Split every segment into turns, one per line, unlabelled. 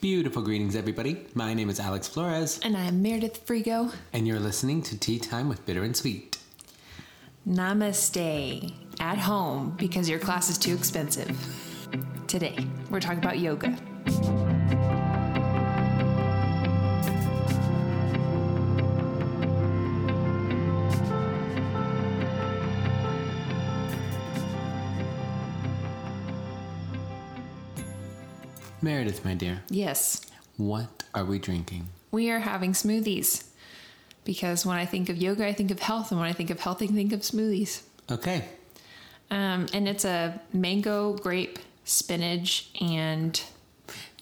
Beautiful greetings, everybody. My name is Alex Flores,
And I'm Meredith Frigo.
and you're listening to Tea Time with Bitter and Sweet.
Namaste. At home because your class is too expensive. Today, we're talking about yoga.
Meredith, my dear,
Yes,
what are we drinking?
we are having smoothies because when I think of yoga, I think of health, and when I think of health, I think of smoothies.
Okay,
Um, and it's a mango, grape, spinach, and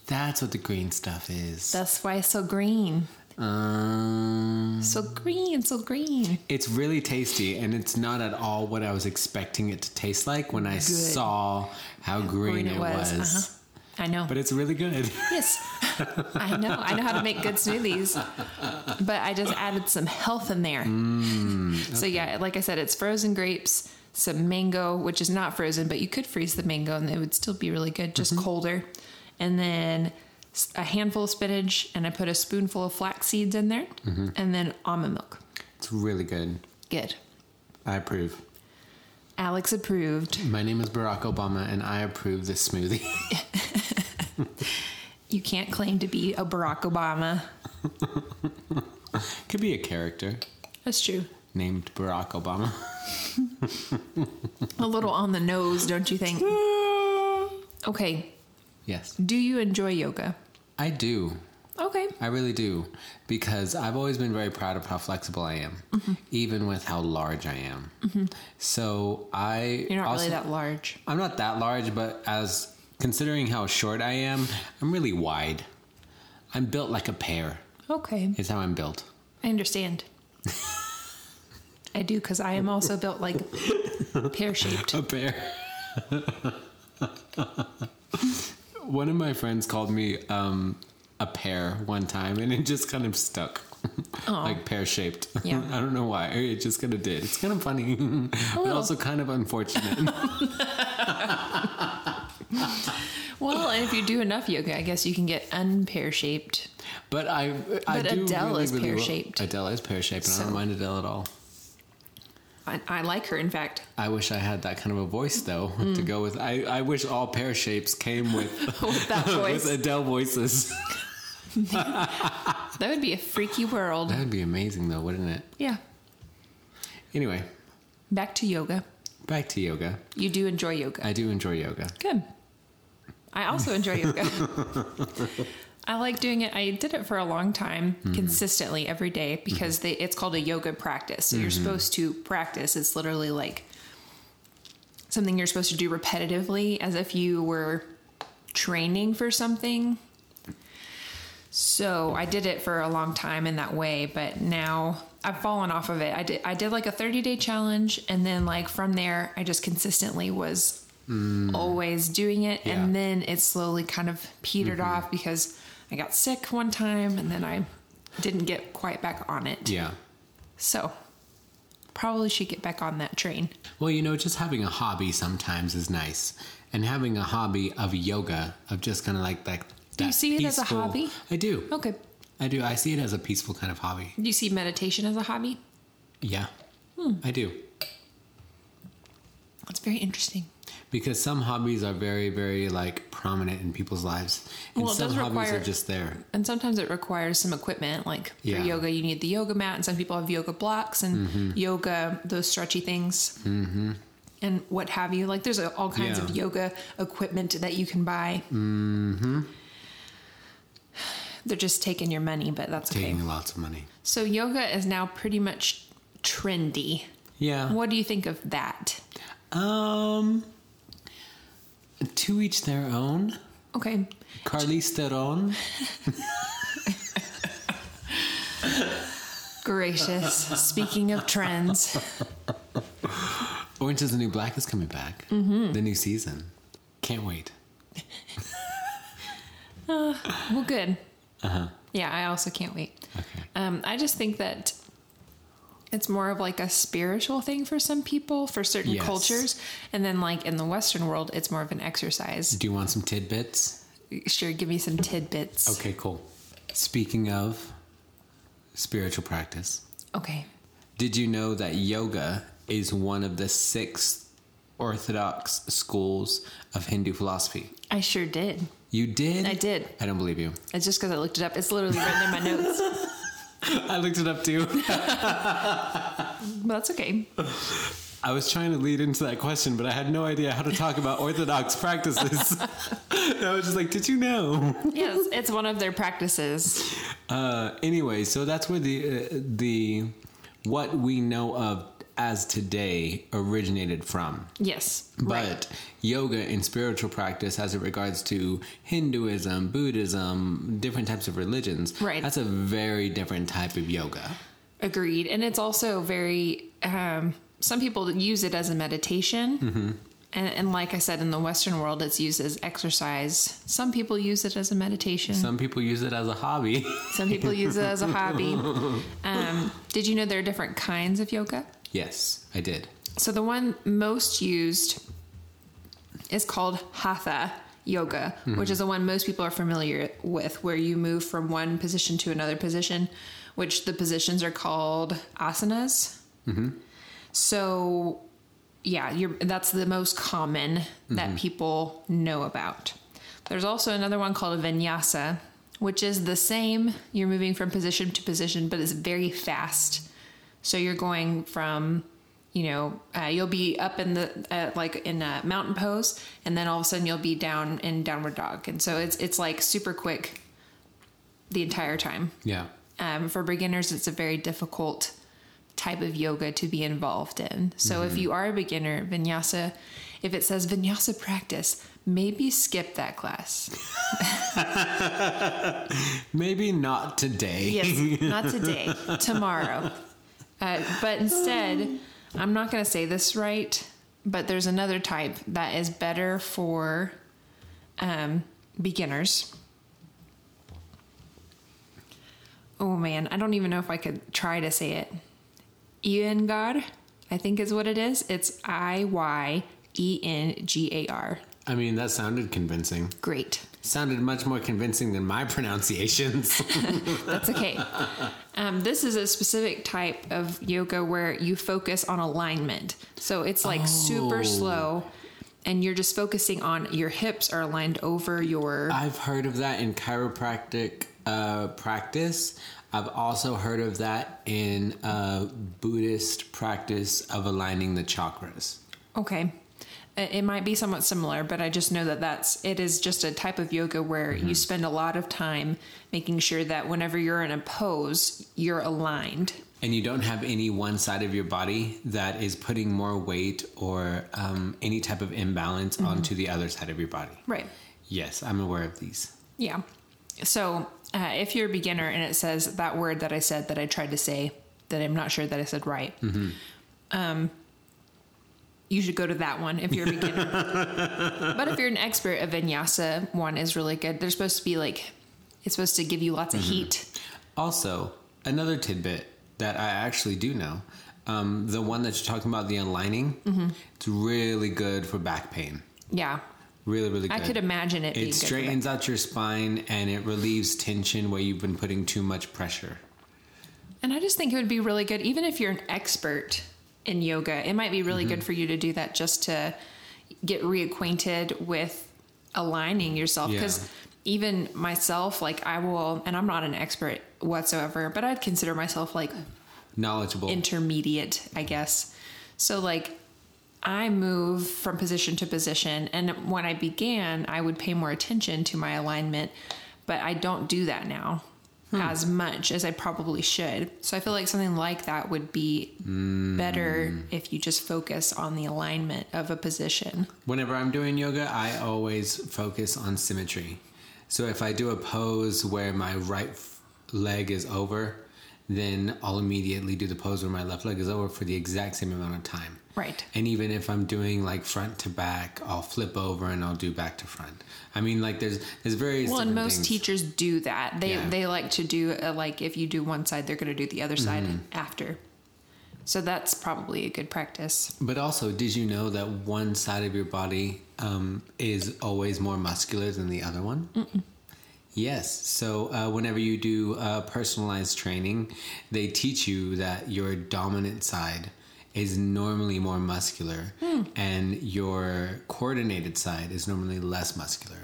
that's what the green stuff is.
that's why it's so green.
Um,
So green, so green.
it's really tasty, and it's not at all what I was expecting it to taste like when I saw how green, it was.
Uh-huh. I know.
But it's really good.
Yes, I know. I know how to make good smoothies, but I just added some health in there. So yeah, like I said, it's frozen grapes, some mango, which is not frozen, but you could freeze the mango and it would still be really good, just colder. And then s- a handful of spinach, and I put a spoonful of flax seeds in there, and then almond milk.
It's really good.
Good.
I approve.
Alex approved.
My name is Barack Obama, and I approve this smoothie.
You can't claim to be a Barack Obama.
Could be a character
That's true.
named Barack Obama.
A little on the nose, don't you think? Okay.
yes,
Do you enjoy yoga?
I do.
Okay.
I really do because I've always been very proud of how flexible I am,
Mm-hmm.
even with how large I am. So I
You're not
also-
really that large.
I'm not that large, but as considering how short I am, I'm really wide. I'm built like a pear.
Okay.
Is how I'm built.
I understand. I do because I am also built like pear shaped.
A bear. one of my friends called me um, a pear one time, and it just kind of stuck. like pear shaped.
Yeah.
I don't know why. It just kind of did. It's kind of funny, but
little.
also kind of unfortunate.
Well, and if you do enough yoga, I guess you can get unpear shaped.
but I, I
But
do
Adele
really,
is
really wa-
pear-shaped.
Adele is pear shaped, and I
So-
don't mind Adele at all.
I, I like her, in fact.
I wish I had that kind of a voice though to
Mm.
go with. I, I wish all pear shapes came with
With that
with
voice,
Adele voices.
that would be a freaky world.
that would be amazing though, wouldn't it?
Yeah.
Anyway,
Back to yoga.
back to yoga.
You do enjoy yoga.
I do enjoy yoga.
Good. I also enjoy yoga. I like doing it. I did it for a long time consistently every day because they, it's called a yoga practice. So you're supposed to practice. It's literally like something you're supposed to do repetitively as if you were training for something. So I did it for a long time in that way, but now I've fallen off of it. I did I did like a 30-day challenge and then like from there I just consistently was always doing it and
Yeah.
then it slowly kind of petered off because I got sick one time and then I didn't get quite back on it.
Yeah.
So probably should get back on that train.
Well, you know, just having a hobby sometimes is nice. And having a hobby of yoga, of just kind of like that.
Do you
that
see it as a
peaceful-
hobby?
I do.
Okay.
I do. I see it as a peaceful kind of hobby.
Do you see meditation as a hobby?
Yeah.
Hmm.
I do.
That's very interesting.
Because some hobbies are very, very like prominent in people's lives. And
Well, it
some
does
hobbies
require-
are just there.
And sometimes it requires some equipment. Like for
Yeah.
yoga, you need the yoga mat, and some people have yoga blocks and yoga, those stretchy things, mm-hmm. and what have you. Like there's a, all kinds of
Yeah.
yoga equipment that you can buy. Mm-hmm. They're just taking your money, but that's okay.
Taking lots of money.
So yoga is now pretty much trendy.
Yeah.
What do you think of that?
Um, to each their own.
Okay.
Carli's Theron.
Gracious. Speaking of trends,
Orange is the New Black is coming back. Mm-hmm. The new season. Can't wait.
well, good. Yeah, I also can't wait.
Okay.
Um, I just think that it's more of like a spiritual thing for some people, for certain
Yes.
cultures. And then, like in the Western world, it's more of an exercise.
Do you want some tidbits?
sure, give me some tidbits.
Okay, cool. Speaking of spiritual practice,
Okay.
did you know that yoga is one of the six orthodox schools of Hindu philosophy?
I sure did.
You did?
I did.
I don't believe you.
It's just because I looked it up. It's literally written in my notes.
I looked it up too.
But that's okay.
I was trying to lead into that question, but I had no idea how to talk about orthodox practices. And I was just like, did you know?
Yes, it's one of their practices.
Uh, anyway, so that's where the uh, the what we know of as today originated from.
Yes.
But yoga and spiritual practice, as it regards to Hinduism, Buddhism, different types of religions,
Right.
that's a very different type of yoga.
Agreed. And it's also very, um, some people use it as a meditation. And, and like I said, in the Western world, it's used as exercise. Some people use it as a meditation. Some,
Some people use it as a hobby.
people use it as a hobby. Um, did you know there are different kinds of yoga?
yes, I did.
So the one most used is called hatha yoga, which is the one most people are familiar with, where you move from one position to another position, which the positions are called asanas. So, yeah, you're, that's the most common that people know about. There's also another one called vinyasa, which is the same. You're moving from position to position, but it's very fast. So you're going from, you know, uh, you'll be up in the uh, like in a mountain pose, and then all of a sudden you'll be down in downward dog, and so it's it's like super quick the entire time.
Yeah.
Um, for beginners, it's a very difficult type of yoga to be involved in. So if you are a beginner, vinyasa, if it says vinyasa practice, maybe skip that class.
Maybe not today.
Yes, not today, tomorrow. Uh, but instead, I'm not going to say this right, but there's another type that is better for um, beginners. Oh man, I don't even know if I could try to say it. Iyengar, I think is what it is. It's I Y E N G A R.
I mean, that sounded convincing.
Great.
Sounded much more convincing than my pronunciations.
That's okay. Um, this is a specific type of yoga where you focus on alignment. So it's like super slow, and you're just focusing on your hips are aligned over your.
I've heard of that in chiropractic uh, practice. I've also heard of that in uh, Buddhist practice of aligning the chakras.
Okay. It it might be somewhat similar, but I just know that that's it is just a type of yoga where you spend a lot of time making sure that whenever you're in a pose, you're aligned.
And you don't have any one side of your body that is putting more weight or um, any type of imbalance
Mm-hmm.
onto the other side of your body.
Right.
Yes, I'm aware of these.
Yeah. So uh, if you're a beginner and it says that word that I said that I tried to say that I'm not sure that I said right, um, you should go to that one if you're a beginner. but if you're an expert, a vinyasa one is really good. They're supposed to be like, it's supposed to give you lots of heat.
Also, another tidbit that I actually do know um, the one that you're talking about, the aligning,
Mm-hmm.
it's really good for back pain.
Yeah.
Really, really good.
I could imagine it being
It
good for
straightens out your spine and it relieves tension where you've been putting too much pressure.
And I just think it would be really good, even if you're an expert in yoga, it might be really good for you to do that just to get reacquainted with aligning yourself.
Yeah.
Because even myself, like I will, and I'm not an expert whatsoever, but I'd consider myself like
Knowledgeable.
intermediate, I guess. So like I move from position to position and when I began, I would pay more attention to my alignment, but I don't do that now
Hmm.
as much as I probably should. So I feel like something like that would be
Mm.
better if you just focus on the alignment of a position.
Whenever I'm doing yoga, I always focus on symmetry. So if I do a pose where my right f- leg is over, then I'll immediately do the pose where my left leg is over for the exact same amount of time.
Right.
And even if I'm doing like front to back, I'll flip over and I'll do back to front. I mean, like there's there's various.
Well, and
different
most
things.
teachers do that. They
Yeah.
uh,
Mm-hmm.
they like to do a, like if you do one side, they're going to do the other side after. So that's probably a good practice.
But also, did you know that one side of your body um, is always more muscular than the other one? Yes. So, uh, whenever you do uh, personalized training, they teach you that your dominant side is normally more muscular
Hmm.
and your coordinated side is normally less muscular.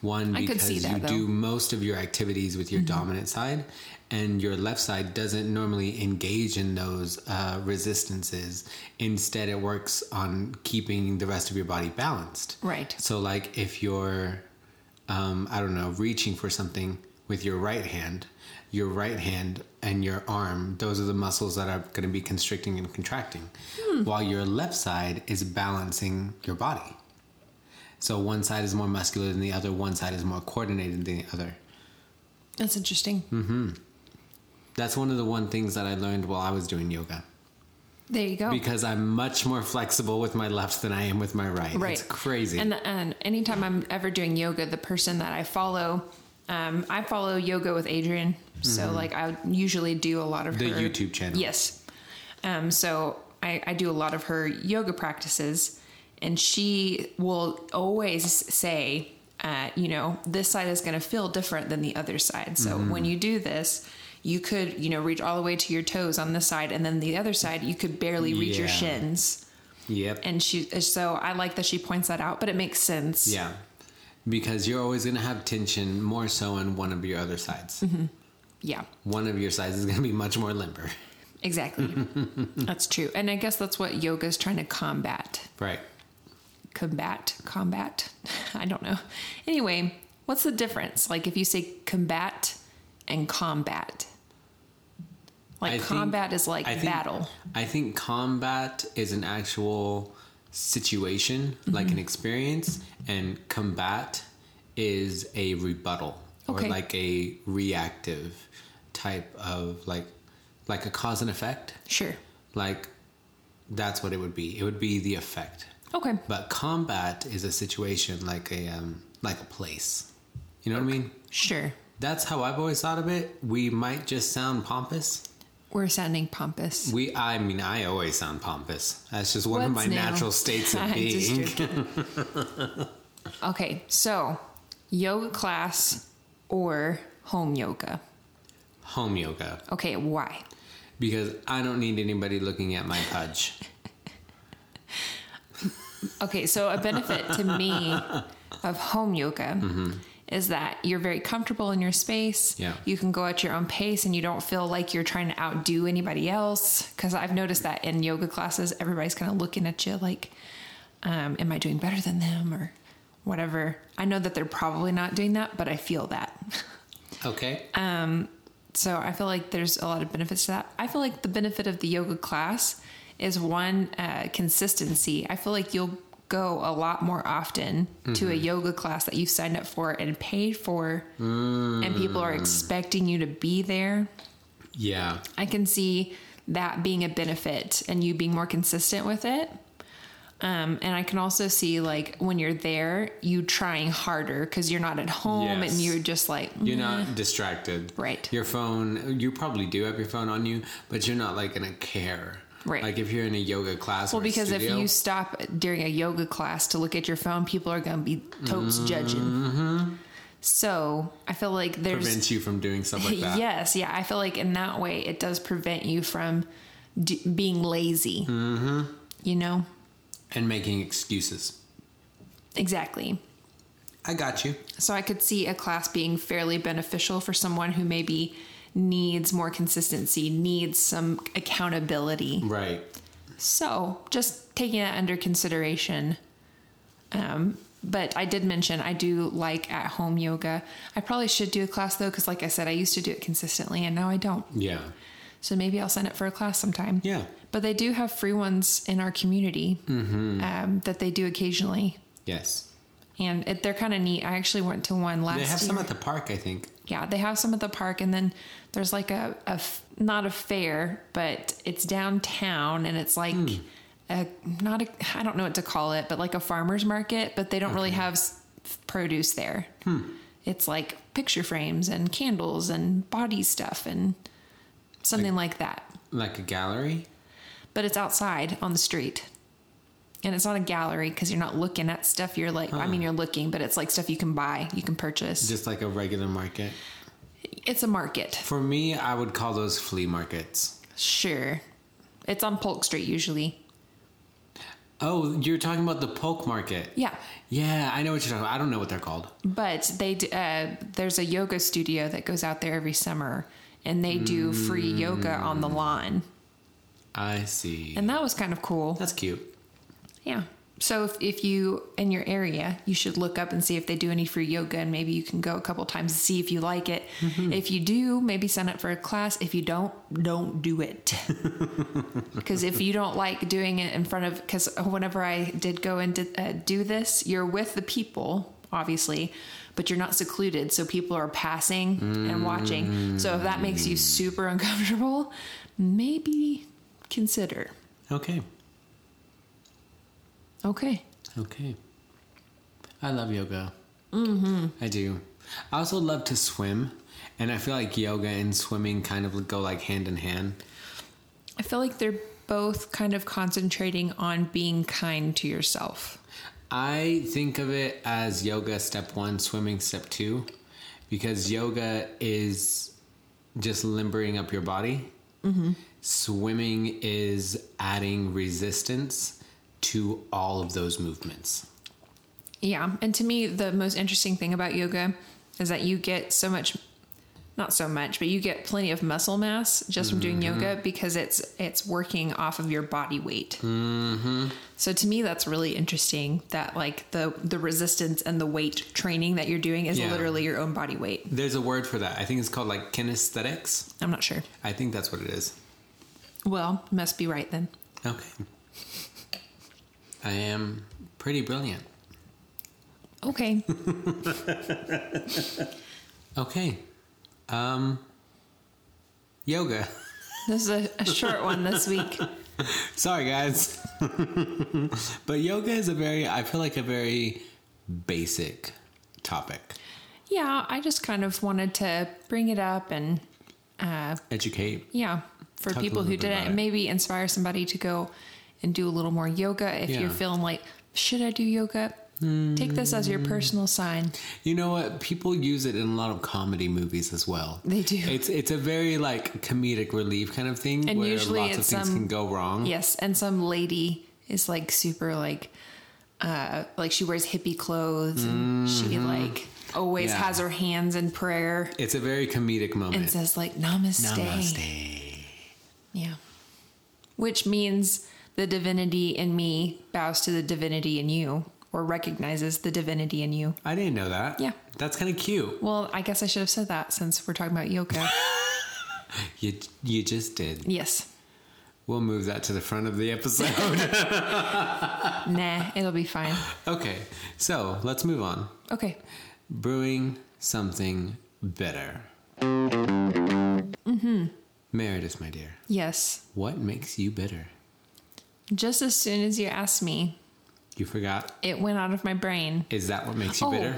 One,
I could
because
see
you
that, though.
do most of your activities with your dominant side, and your left side doesn't normally engage in those uh, resistances. Instead, it works on keeping the rest of your body balanced.
Right.
So, like if you're, um, I don't know, reaching for something with your right hand, your right hand and your arm, those are the muscles that are going to be constricting and contracting, while your left side is balancing your body. So, one side is more muscular than the other, one side is more coordinated than the other.
That's interesting.
Hmm. That's one of the one things that I learned while I was doing yoga.
There you go.
Because I'm much more flexible with my left than I am with my right.
right.
It's crazy.
And, and anytime I'm ever doing yoga, the person that I follow, um, I follow yoga with Adrian. So like I usually do a lot of
Mm-hmm. The
her
YouTube channel.
Yes. Um, so I, I do a lot of her yoga practices, and she will always say, uh, you know, this side is going to feel different than the other side. So
Mm-hmm.
when you do this. You could, you know, reach all the way to your toes on this side, and then the other side, you could barely reach your
Yeah.
shins
yep.
and she so i like that she points that out but it makes sense
Yeah. Because you're always going to have tension more so on one of your other sides.
Mm-hmm. Yeah,
One of your sides is going to be much more limber.
exactly that's true and i guess that's what yoga is trying to combat
Right.
combat combat i don't know anyway what's the difference like if you say combat and combat like
I think-
combat is like
I think-
battle
I think combat is an actual situation, like
Mm-hmm.
an experience, and combat is a rebuttal
Okay.
or like a reactive type of like like a cause and effect.
sure
Like that's what it would be. It would be the effect.
okay
But combat is a situation like a um, like a place. You know what I mean?
sure
That's how I've always thought of it. We might just sound pompous.
we're sounding pompous
We, I mean, I always sound pompous. That's just one of my
What's now?
natural states of
I'm just
being.
joking. okay, so yoga class or home yoga.
Home yoga,
Okay, why?
because I don't need anybody looking at my pudge.
Okay, so a benefit to me of home yoga is that you're very comfortable in your space.
Yeah.
You can go at your own pace and you don't feel like you're trying to outdo anybody else. Because I've noticed that in yoga classes, everybody's kind of looking at you like, um, am I doing better than them or whatever. I know that they're probably not doing that, but I feel that.
Okay,
Um, So I feel like there's a lot of benefits to that. I feel like the benefit of the yoga class is one uh, consistency. I feel like you'll go a lot more often to a
Mm-hmm.
yoga class that you've signed up for and paid for, and
Mm.
people are expecting you to be there.
yeah,
I can see that being a benefit and you being more consistent with it. Um, and I can also see like when you're there, you trying harder because you're not at home
Yes.
and you're just like
you're not distracted.
Right.
Your phone, you probably do have your phone on you, but you're not like gonna care.
Right.
Like if you're in a yoga class.
Well,
or a
because
studio,
if you stop during a yoga class to look at your phone, people are going to be totes
Mm-hmm.
judging. So I feel like there's
prevents you from doing stuff like that.
yes, yeah. I feel like in that way it does prevent you from d- being lazy. Mm-hmm. You know
and making excuses.
exactly.
I got you.
So I could see a class being fairly beneficial for someone who maybe needs more consistency, needs some accountability.
Right.
So, just taking that under consideration. Um, but I did mention I do like at home yoga. I probably should do a class though, because like I said, I used to do it consistently and now I don't.
Yeah.
So maybe I'll sign up for a class sometime.
Yeah.
But they do have free ones in our community
Mm-hmm.
um, that they do occasionally.
Yes.
And it, they're kind of neat. I actually went to one last
They have some
year.
at the park, I think.
yeah, they have some at the park. And then there's like a, a f- not a fair, but it's downtown and it's like a, not a, I don't know what to call it, but like a farmer's market, but they don't really have s- produce there. It's like picture frames and candles and body stuff and something like that.
Like a gallery?
but it's outside on the street. And it's not a gallery because you're not looking at stuff. You're like, I mean, you're looking, but it's like stuff you can buy, you can purchase.
Just like a regular market.
It's a market.
For me, I would call those flea markets.
Sure. It's on Polk Street usually.
Oh, you're talking about the poke market.
Yeah.
Yeah, I know what you're talking about. I don't know what they're called.
But they d- uh, there's a yoga studio that goes out there every summer and they do free yoga on the lawn.
I see.
And that was kind of cool.
That's cute.
Yeah. So if, if you in your area, you should look up and see if they do any free yoga and maybe you can go a couple times to see if you like it. If you do, maybe sign up for a class. If you don't, don't do it. Because if you don't like doing it in front of, because whenever I did go and did, uh, do this, you're with the people, obviously, but you're not secluded. So people are passing and watching. So if that makes you super uncomfortable, maybe consider.
Okay.
Okay.
Okay. I love yoga. Mm-hmm. I do. I also love to swim, and I feel like yoga and swimming kind of go like hand in hand.
I feel like they're both kind of concentrating on being kind to yourself.
I think of it as yoga step one, swimming step two, because yoga is just limbering up your body. Swimming is adding resistance to all of those movements.
Yeah. And to me, the most interesting thing about yoga is that you get so much not so much, but you get plenty of muscle mass just from doing yoga because it's it's working off of your body weight. Mm-hmm. So to me, that's really interesting. That like the the resistance and the weight training that you're doing is
Yeah.
literally your own body weight.
There's a word for that. I think it's called like kinesthetics.
I'm not sure.
I think that's what it is.
Well, must be right then.
Okay. I am pretty brilliant.
Okay.
Okay. Um yoga.
this is a, a short one this week.
Sorry guys. but yoga is a very I feel like a very basic topic.
Yeah, I just kind of wanted to bring it up and uh,
Educate.
yeah, for
Talk a
people
little
who
bit about
didn't,
it.
maybe inspire somebody to go and do a little more yoga. If
Yeah.
you're feeling like, should I do yoga? Take this as
Hmm.
your personal sign.
You know what? People use it in a lot of comedy movies as well.
They do.
It's it's a very like comedic relief kind of thing
And
where
usually
lots of
it's,
things
um,
can go wrong.
Yes, and some lady is like super like, uh, like she wears hippie clothes and she like always
Mm-hmm. Yeah.
has her hands in prayer
It's a very comedic moment.
and says like namaste.
Namaste.
Yeah. Which means the divinity in me bows to the divinity in you or recognizes the divinity in you.
I didn't know that.
Yeah.
That's kind of cute.
Well, I guess I should have said that since we're talking about yoga.
You you just did.
yes.
We'll move that to the front of the episode.
Nah, it'll be fine.
okay. So, let's move on.
Okay.
Brewing something better.
Mm-hmm.
Mhm. Meredith, my dear.
Yes.
What makes you bitter?
Just as soon as you asked me,
You forgot?
it went out of my brain. Oh,
Is that what makes you bitter?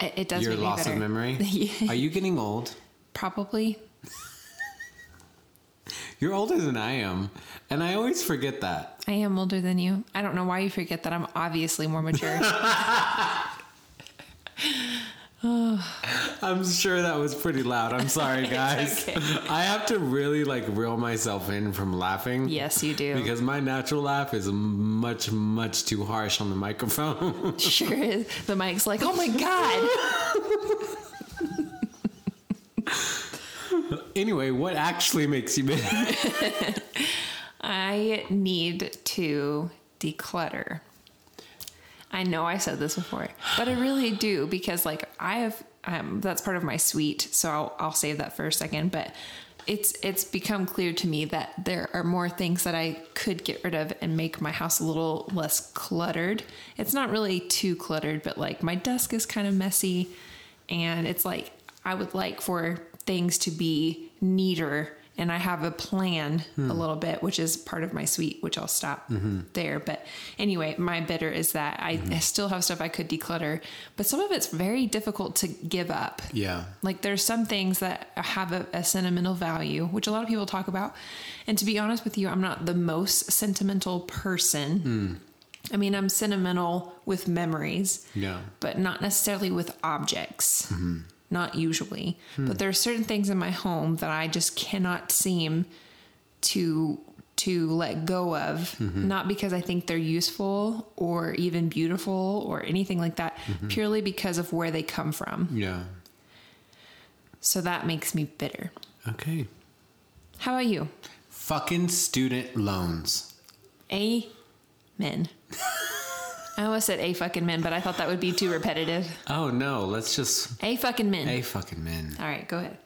It, it does
Your
make
loss
me
of
bitter.
memory?
Yeah.
Are you getting old?
Probably.
You're older than I am, and I always forget that.
I am older than you. I don't know why you forget that I'm obviously more mature.
I'm sure that was pretty loud. I'm sorry, guys.
okay.
I have to really like reel myself in from laughing.
yes, you do.
Because my natural laugh is much, much too harsh on the microphone.
sure is. The mic's like, oh my God.
anyway, what actually makes you bitter?
I need to declutter. I know I said this before, but I really do because like I have um, that's part of my suite, so I'll, I'll save that for a second. But it's it's become clear to me that there are more things that I could get rid of and make my house a little less cluttered. It's not really too cluttered, but like my desk is kind of messy, and it's like I would like for things to be neater and I have a plan
Hmm.
a little bit, which is part of my suite, which I'll stop
Mm-hmm.
there. But anyway, my bitter is that I, I still have stuff I could declutter, but some of it's very difficult to give up.
Yeah.
Like there's some things that have a, a sentimental value, which a lot of people talk about. And to be honest with you, I'm not the most sentimental
Hmm.
person. I mean, I'm sentimental with memories,
Yeah.
but not necessarily with objects. Not usually. But there are certain things in my home that I just cannot seem to to let go of not because i think they're useful or even beautiful or anything like that purely because of where they come from
Yeah.
so that makes me bitter.
Okay.
How about you?
Fucking student loans.
Amen. I almost said a fucking men, but I thought that would be too repetitive.
Oh no, let's just
A fucking men.
a fucking men.
All right, go ahead.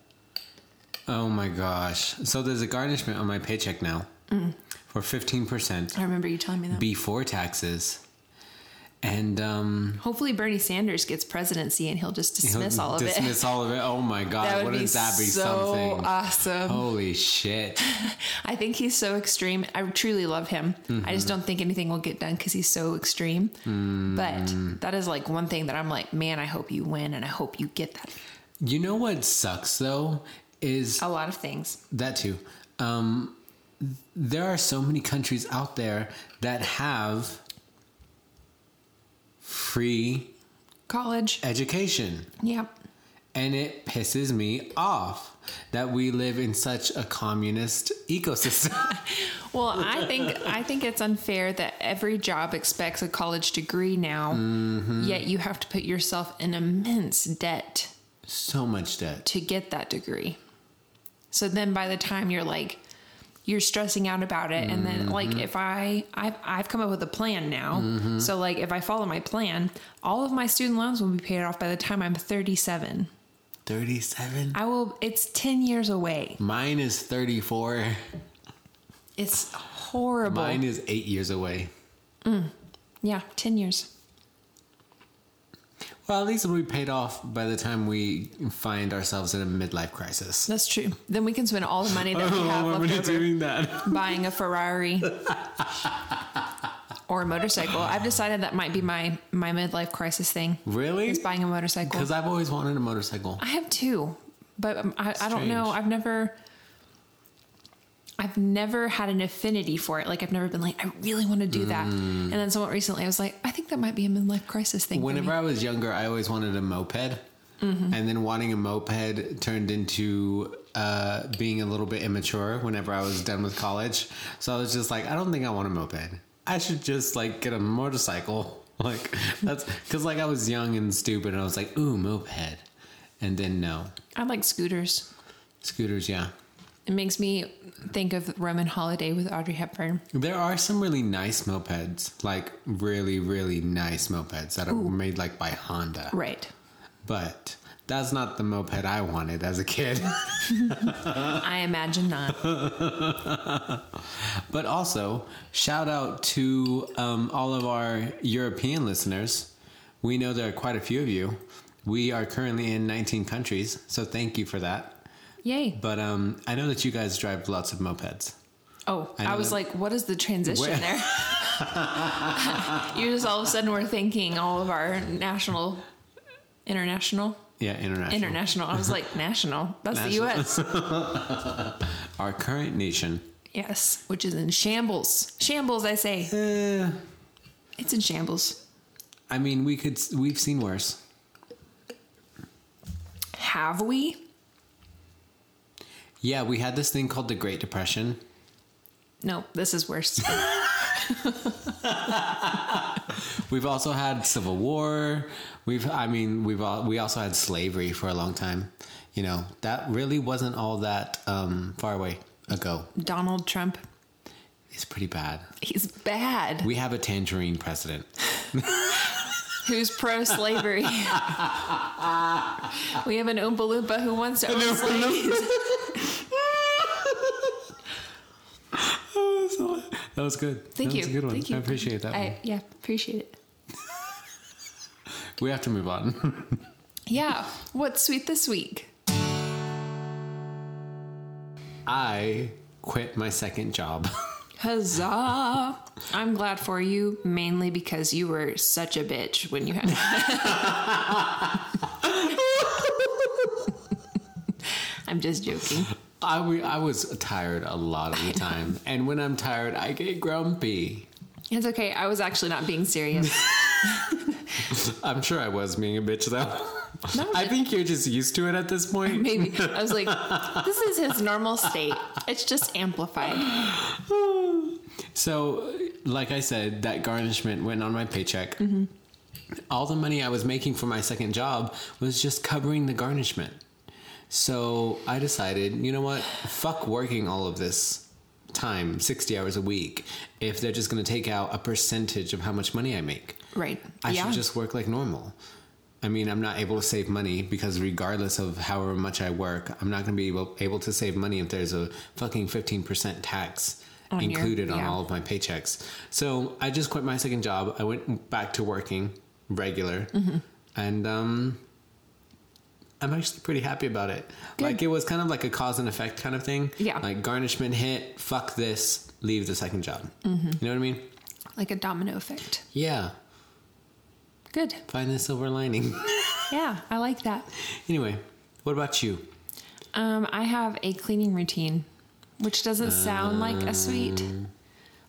Oh my gosh. So there's a garnishment on my paycheck now
Mm.
for 15%
I remember you telling me that.
before taxes. And um
Hopefully, Bernie Sanders gets presidency and he'll just
he'll
dismiss all of it.
dismiss all of it. Oh my god,
That would
wouldn't
be,
that be
so
something?
awesome.
Holy shit.
I think he's so extreme. I truly love him. I
Mm-hmm.
just don't think anything will get done because he's so extreme.
Mm.
But that is like one thing that I'm like, man, I hope you win and I hope you get that.
You know what sucks though is
A lot of things.
that too. Um there are so many countries out there that have free
College.
education.
Yeah.
And it pisses me off that we live in such a communist ecosystem.
Well, I think I think it's unfair that every job expects a college degree now,
Mm-hmm.
yet you have to put yourself in immense debt
so much debt.
to get that degree. So then by the time you're like you're stressing out about it and then like
Mm-hmm.
if I I've, I've come up with a plan now. So like if I follow my plan, all of my student loans will be paid off by the time I'm 37.
37?
I will it's 10 years away.
Mine is 34.
It's horrible.
Mine is eight years away.
yeah, 10 years.
Well, at least it'll be paid off by the time we find ourselves in a midlife crisis.
That's true. Then we can spend all the money that we have
why
left over
doing that?
buying a Ferrari or a motorcycle. I've decided that might be my my midlife crisis thing
Really?
is buying a motorcycle.
Because I've always wanted a motorcycle.
I have two, but um, I, I don't know.
Strange.
I've never. I've never had an affinity for it. Like I've never been like, I really want to do that.
Mm.
And then somewhat recently, I was like, I think that might be a midlife crisis thing. for me.
Whenever I was younger, I always wanted a moped. And then wanting a moped turned into uh, being a little bit immature whenever I was done with college. So I was just like, I don't think I want a moped. I should just like get a motorcycle. Like, that's because like I was young and stupid and I was like, ooh, moped. And then no.
I like scooters.
Scooters, yeah.
It makes me think of Roman Holiday with Audrey Hepburn.
There are some really nice mopeds, like really, really nice mopeds that are made like by Honda.
Right.
But that's not the moped I wanted as a kid.
I imagine not.
But also, shout out to um, all of our European listeners. We know there are quite a few of you. We are currently in 19 countries, so thank you for that.
Yay.
But um, I know that you guys drive lots of mopeds.
Oh,
know
I, was
that-
like, what is the transition
Where-
there? you just all of a sudden were thanking all of our national, international,
Yeah, international.
international. I was like, national. That's the U.S.
Our current nation.
yes, which is in shambles. Shambles, I say.
Eh,
It's in shambles.
I mean, we could. We've seen worse.
Have we?
Yeah, we had this thing called the Great Depression.
No, this is worse.
We've also had civil war. We've, I mean, we've all, we also had slavery for a long time. You know, that really wasn't all that um, far away ago.
Donald Trump.
It's pretty bad.
He's bad.
We have a tangerine president.
Who's pro slavery? we have an Oompa Loompa who wants to own slaves.
That was good.
Thank
that
you.
was a good one.
Thank you.
I appreciate that. one.
I, yeah, appreciate it.
We have to move on.
Yeah. What's sweet this week?
I quit my second job.
Huzzah! I'm glad for you, mainly because you were such a bitch when you had. I'm just joking.
I, w- I was tired a lot of the time. And when I'm tired, I get grumpy.
It's okay. I was actually not being serious.
I'm sure I was being a bitch though.
No,
I think you're just used to it at this point.
Maybe I was like, this is his normal state. It's just amplified.
So, like I said, that garnishment went on my paycheck.
Mm-hmm.
All the money I was making for my second job was just covering the garnishment. So I decided, you know what? Fuck working all of this time, 60 hours a week, if they're just going to take out a percentage of how much money I make.
Right.
I
yeah.
should just work like normal. I mean, I'm not able to save money because regardless of however much I work, I'm not going to be able, able to save money if there's a fucking 15% tax
On your-
included on
yeah.
all of my paychecks. So I just quit my second job. I went back to working regular.
Mm-hmm.
And um, I'm actually pretty happy about it. Like, it was kind of like a cause and effect kind of thing.
Yeah.
Like, garnishment hit, fuck this, leave the second job.
Mm-hmm.
You know what I mean?
like a domino effect.
Yeah.
Good.
Find the silver lining.
Yeah, I like that.
Anyway, what about you?
Um, I have a cleaning routine, which doesn't sound like a sweet,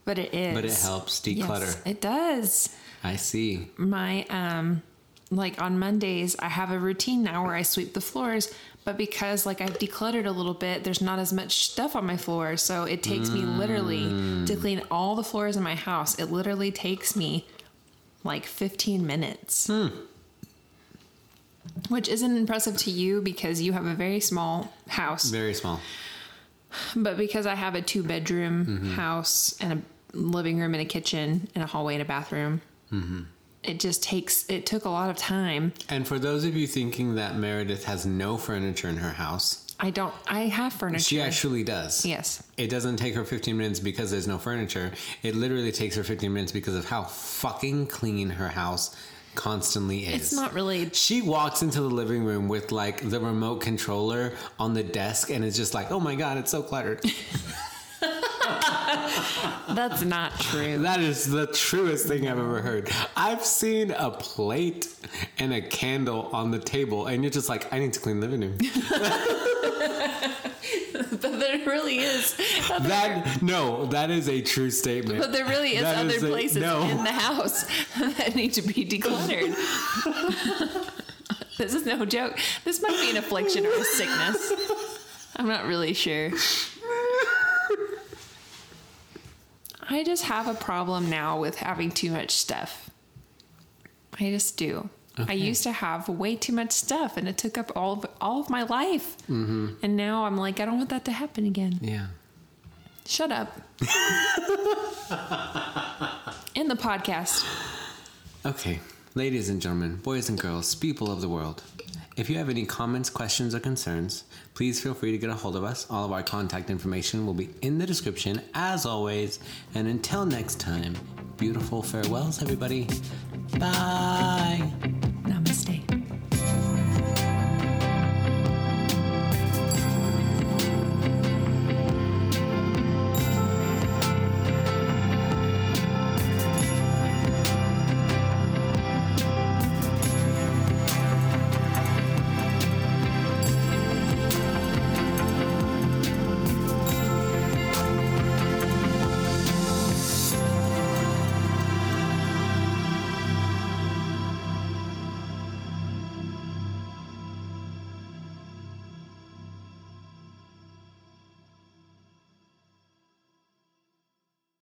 but it is.
But it helps declutter.
Yes, it does.
I see.
My um, like on Mondays, I have a routine now where I sweep the floors. But because like I've decluttered a little bit, there's not as much stuff on my floor, so it takes me literally to clean all the floors in my house. It literally takes me like 15 minutes. Which isn't impressive to you because you have a very small house.
Very small.
But because I have a two bedroom house and a living room and a kitchen and a hallway and a bathroom, it just takes, it took a lot of time.
And for those of you thinking that Meredith has no furniture in her house,
I don't, I have furniture.
she actually does.
yes.
It doesn't take her 15 minutes because there's no furniture. It literally takes her 15 minutes because of how fucking clean her house constantly is.
It's not really,
She walks into the living room with like the remote controller on the desk and is just like, oh my God, it's so cluttered.
that's not true.
That is the truest thing I've ever heard. I've seen a plate and a candle on the table, and you're just like, I need to clean the living room.
but there really is.
that no, that is a true statement.
But there really is
That
other
is a-
places
no.
in the house that need to be decluttered. this is no joke. This might be an affliction or a sickness. I'm not really sure. I just have a problem now with having too much stuff. I just do. I used to have way too much stuff and it took up all of, all of my life.
Mm-hmm.
And now I'm like, I don't want that to happen again.
yeah.
Shut up. In the podcast.
Okay, ladies and gentlemen, boys and girls, people of the world. If you have any comments, questions, or concerns, please feel free to get a hold of us. All of our contact information will be in the description, as always. And until next time, beautiful farewells, everybody. Bye.